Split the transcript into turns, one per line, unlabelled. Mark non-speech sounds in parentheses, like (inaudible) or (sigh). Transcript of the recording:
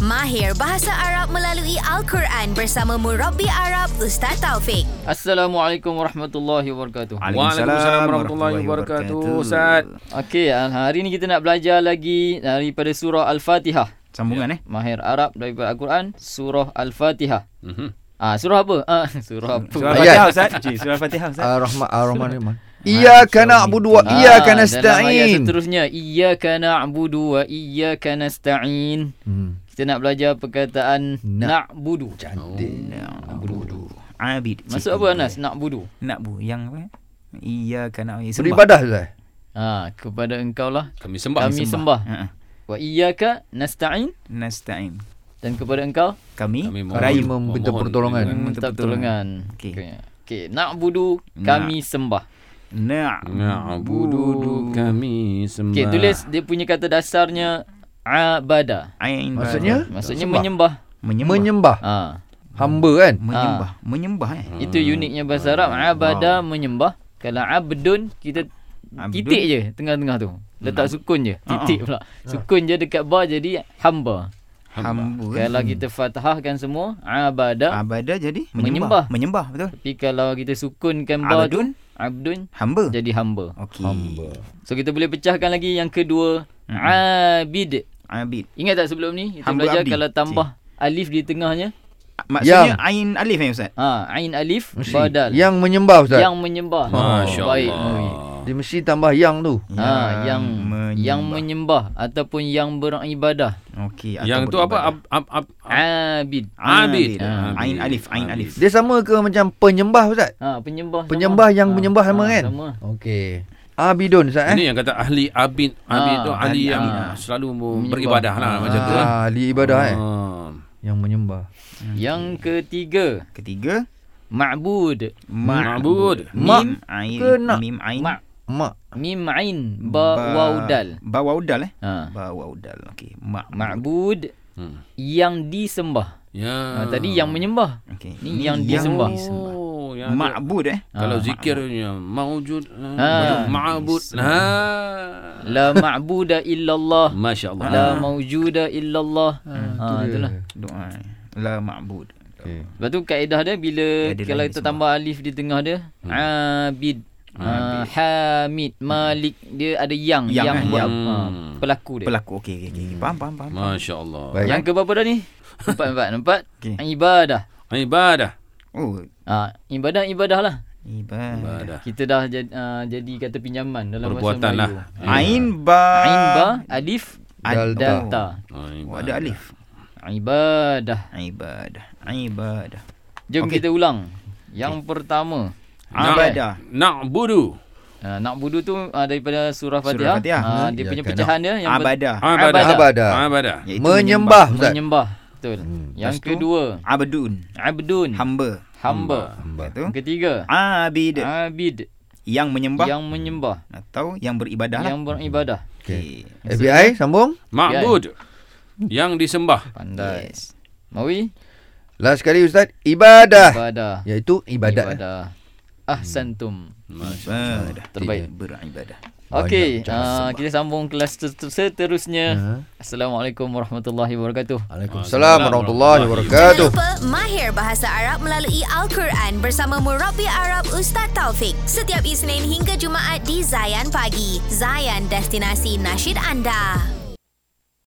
Mahir Bahasa Arab melalui Al-Quran bersama Murabi Arab Ustaz Taufik.
Assalamualaikum warahmatullahi wabarakatuh.
Waalaikumsalam warahmatullahi wabarakatuh. Ustaz.
Okey, ah, hari ni kita nak belajar lagi daripada surah Al-Fatihah.
Sambungan eh.
Mahir Arab daripada Al-Quran, surah Al-Fatihah.
Mhm.
Ah, surah apa? Ah, (laughs) surah apa?
Surah
Ayat.
Fatihah Ustaz. Cik, surah Fatihah Ustaz.
Ar-Rahman Ar-Rahman Ar-Rahman. Iyyaka na'budu wa
Ah, Dalam
iyyaka
ayat
nasta'in.
seterusnya, iyyaka na'budu wa iyyaka nasta'in.
Hmm.
Kita nak belajar perkataan
Na-
na'budu.
Na'budu. Abid. Cik.
Maksud apa Anas? Na'budu.
Nak bu yang apa? eh? Iya kana sembah.
Beribadah Ustaz.
Ah, kepada engkau lah
Kami sembah.
kami sembah.
Ha.
Wa iyyaka nasta'in
Nasta'in.
dan kepada engkau
Kami,
Kami mohon.
merayu.
Kami meminta
Mohon.
pertolongan.
Hmm,
minta
betul-betul.
pertolongan.
Okey.
Okey. Okey, na'budu kami sembah.
Na'budu
Na'budu.
Ya, kami sembah.
Okey, tulis dia punya kata dasarnya abada.
Ain
Maksudnya?
ba'da.
Maksudnya
Sembah.
menyembah.
menyembah.
Menyembah
Ha.
Hmm.
hamba kan?
menyembah. Menyembah eh.
Itu uniknya bahasa Arab. Abada menyembah. Kalau abdun kita
Abdun. Ha,
titik je tengah-tengah tu. Letak sukun je. Titik pula. Sukun je dekat bawah jadi hamba.
Hamba.
Kalau kita fathahkan semua abada.
Abada jadi
Menyembah.
menyembah. Menyembah betul.
Tapi kalau kita sukunkan ba tu
Abdun.
abdun
Hamba.
jadi hamba.
Okey. Hamba.
So kita boleh pecahkan lagi yang kedua
Hmm.
abid.
Abid.
Ingat tak sebelum ni kita
Hamba
belajar
abdi.
kalau tambah alif di tengahnya,
Maksudnya
Yang.
ain alif eh Ustaz.
ha ain alif
Mesti.
badal
Yang menyembah Ustaz.
yang menyembah. Oh,
Masya
Baik.
Allah.
Dia mesti tambah yang tu.
Ha yang menyembah. yang menyembah ataupun yang beribadah.
Okey.
Yang
ataupun
tu apa?
ibadah.
Ab, ab, ab, ab.
Abid.
Abid.
Ah, Ain alif, ain
Abid.
alif.
Dia sama ke macam penyembah Ustaz?
Ha penyembah. sama.
Penyembah yang
Ha,
menyembah sama
ha,
kan?
Sama.
Okey. Abidun Ustaz eh.
Ini yang kata ahli abid. Abid
Ah,
tu ahli
ahli
yang
abid.
selalu beribadah lah macam tu. lah.
Ah, ahli ibadah eh.
Ah.
Yang menyembah.
Yang ketiga,
Ketiga.
ma'bud.
Ma'bud.
Mim
Mak
ain.
ke nak?
Mim ain.
Mak
Mak.
mim ain ba waw dal.
Ba waudal eh.
Ha.
Ba waudal. Okey. Mak.
Ma'bud
Hmm.
yang disembah.
Ya.
Ha, tadi
Ah.
yang menyembah.
Okey.
Ni yang disembah.
Oh, yang ada-
Ma'bud eh.
Kalau
Ah,
zikirnya maujud,
Ah.
ah, ma'bud. Ah.
La ma'buda illallah.
Masya Allah. Ah,
Ah.
La mawjuda illallah. Ha itulah.
Doa. eh. La ma'bud.
Okey.
Lepas tu kaedah dia bila
Kaedah
kalau kita
lain semua. Hmm.
tambah alif di tengah dia abid ah, hamid malik dia ada yang
Yang,
yang
eh,
buat
yang.
ah, pelaku dia.
Pelaku. Okey. Okey. okey. Faham, faham, faham.
Masya Allah.
Baik.
Yang ke berapa dah
(laughs)
ni? Empat empat empat.
Okey.
Ibadah.
Ah, Ibadah.
Oh.
Ah ibadah ibadah lah.
Ibadah.
Ibadah.
Kita dah jadi, ah, jadi kata pinjaman dalam
Perbuatan
bahasa
lah.
Melayu.
Ain ba.
Ain ba alif
Ad-
delta.
Ah,
Oh, ada alif.
Ibadah.
Ibadah. Ibadah.
Jom
Okey.
kita ulang. Yang pertama
Ibadah.
Na'budu.
Uh, nak budu tu uh, daripada surah Fatihah.
Surah Fatihah.
Ah,
Hmm.
dia
Ya,
punya
kan.
pecahan dia yang per-
Abadah.
Abadah.
Abadah.
Abadah.
Iaitu
Menyembah Ustaz.
Ah. menyembah. Betul. Yang
Hmm. Lepas tu,
kedua,
Abdun.
abdun,
Hamba.
hamba.
Hamba.
Tu.
Yang ketiga,
Abid.
abid,
Yang menyembah.
yang menyembah,
Atau yang beribadah lah.
yang beribadah.
Okey.
FBI sambung.
Ma'bud. Yang disembah.
Pandai.
Yes.
Mawi,
Last sekali Ustaz,
Ah.
ibadah.
ibadah.
Iaitu ibadat.
Ibadah.
Hmm.
Ahsantum.
Ibadah.
Terbaik.
Beribadah.
Okey,
Banyak
ah, kita sambung kelas ter- ter- seterusnya. Assalamualaikum warahmatullahi wabarakatuh.
Waalaikumsalam warahmatullahi wabarakatuh.
Jangan lupa Mahir Bahasa Arab melalui Al-Quran bersama Murabi Arab Ustaz Taufik. Setiap Isnin hingga Jumaat di Zayan Pagi. Zayan, destinasi nasyid anda.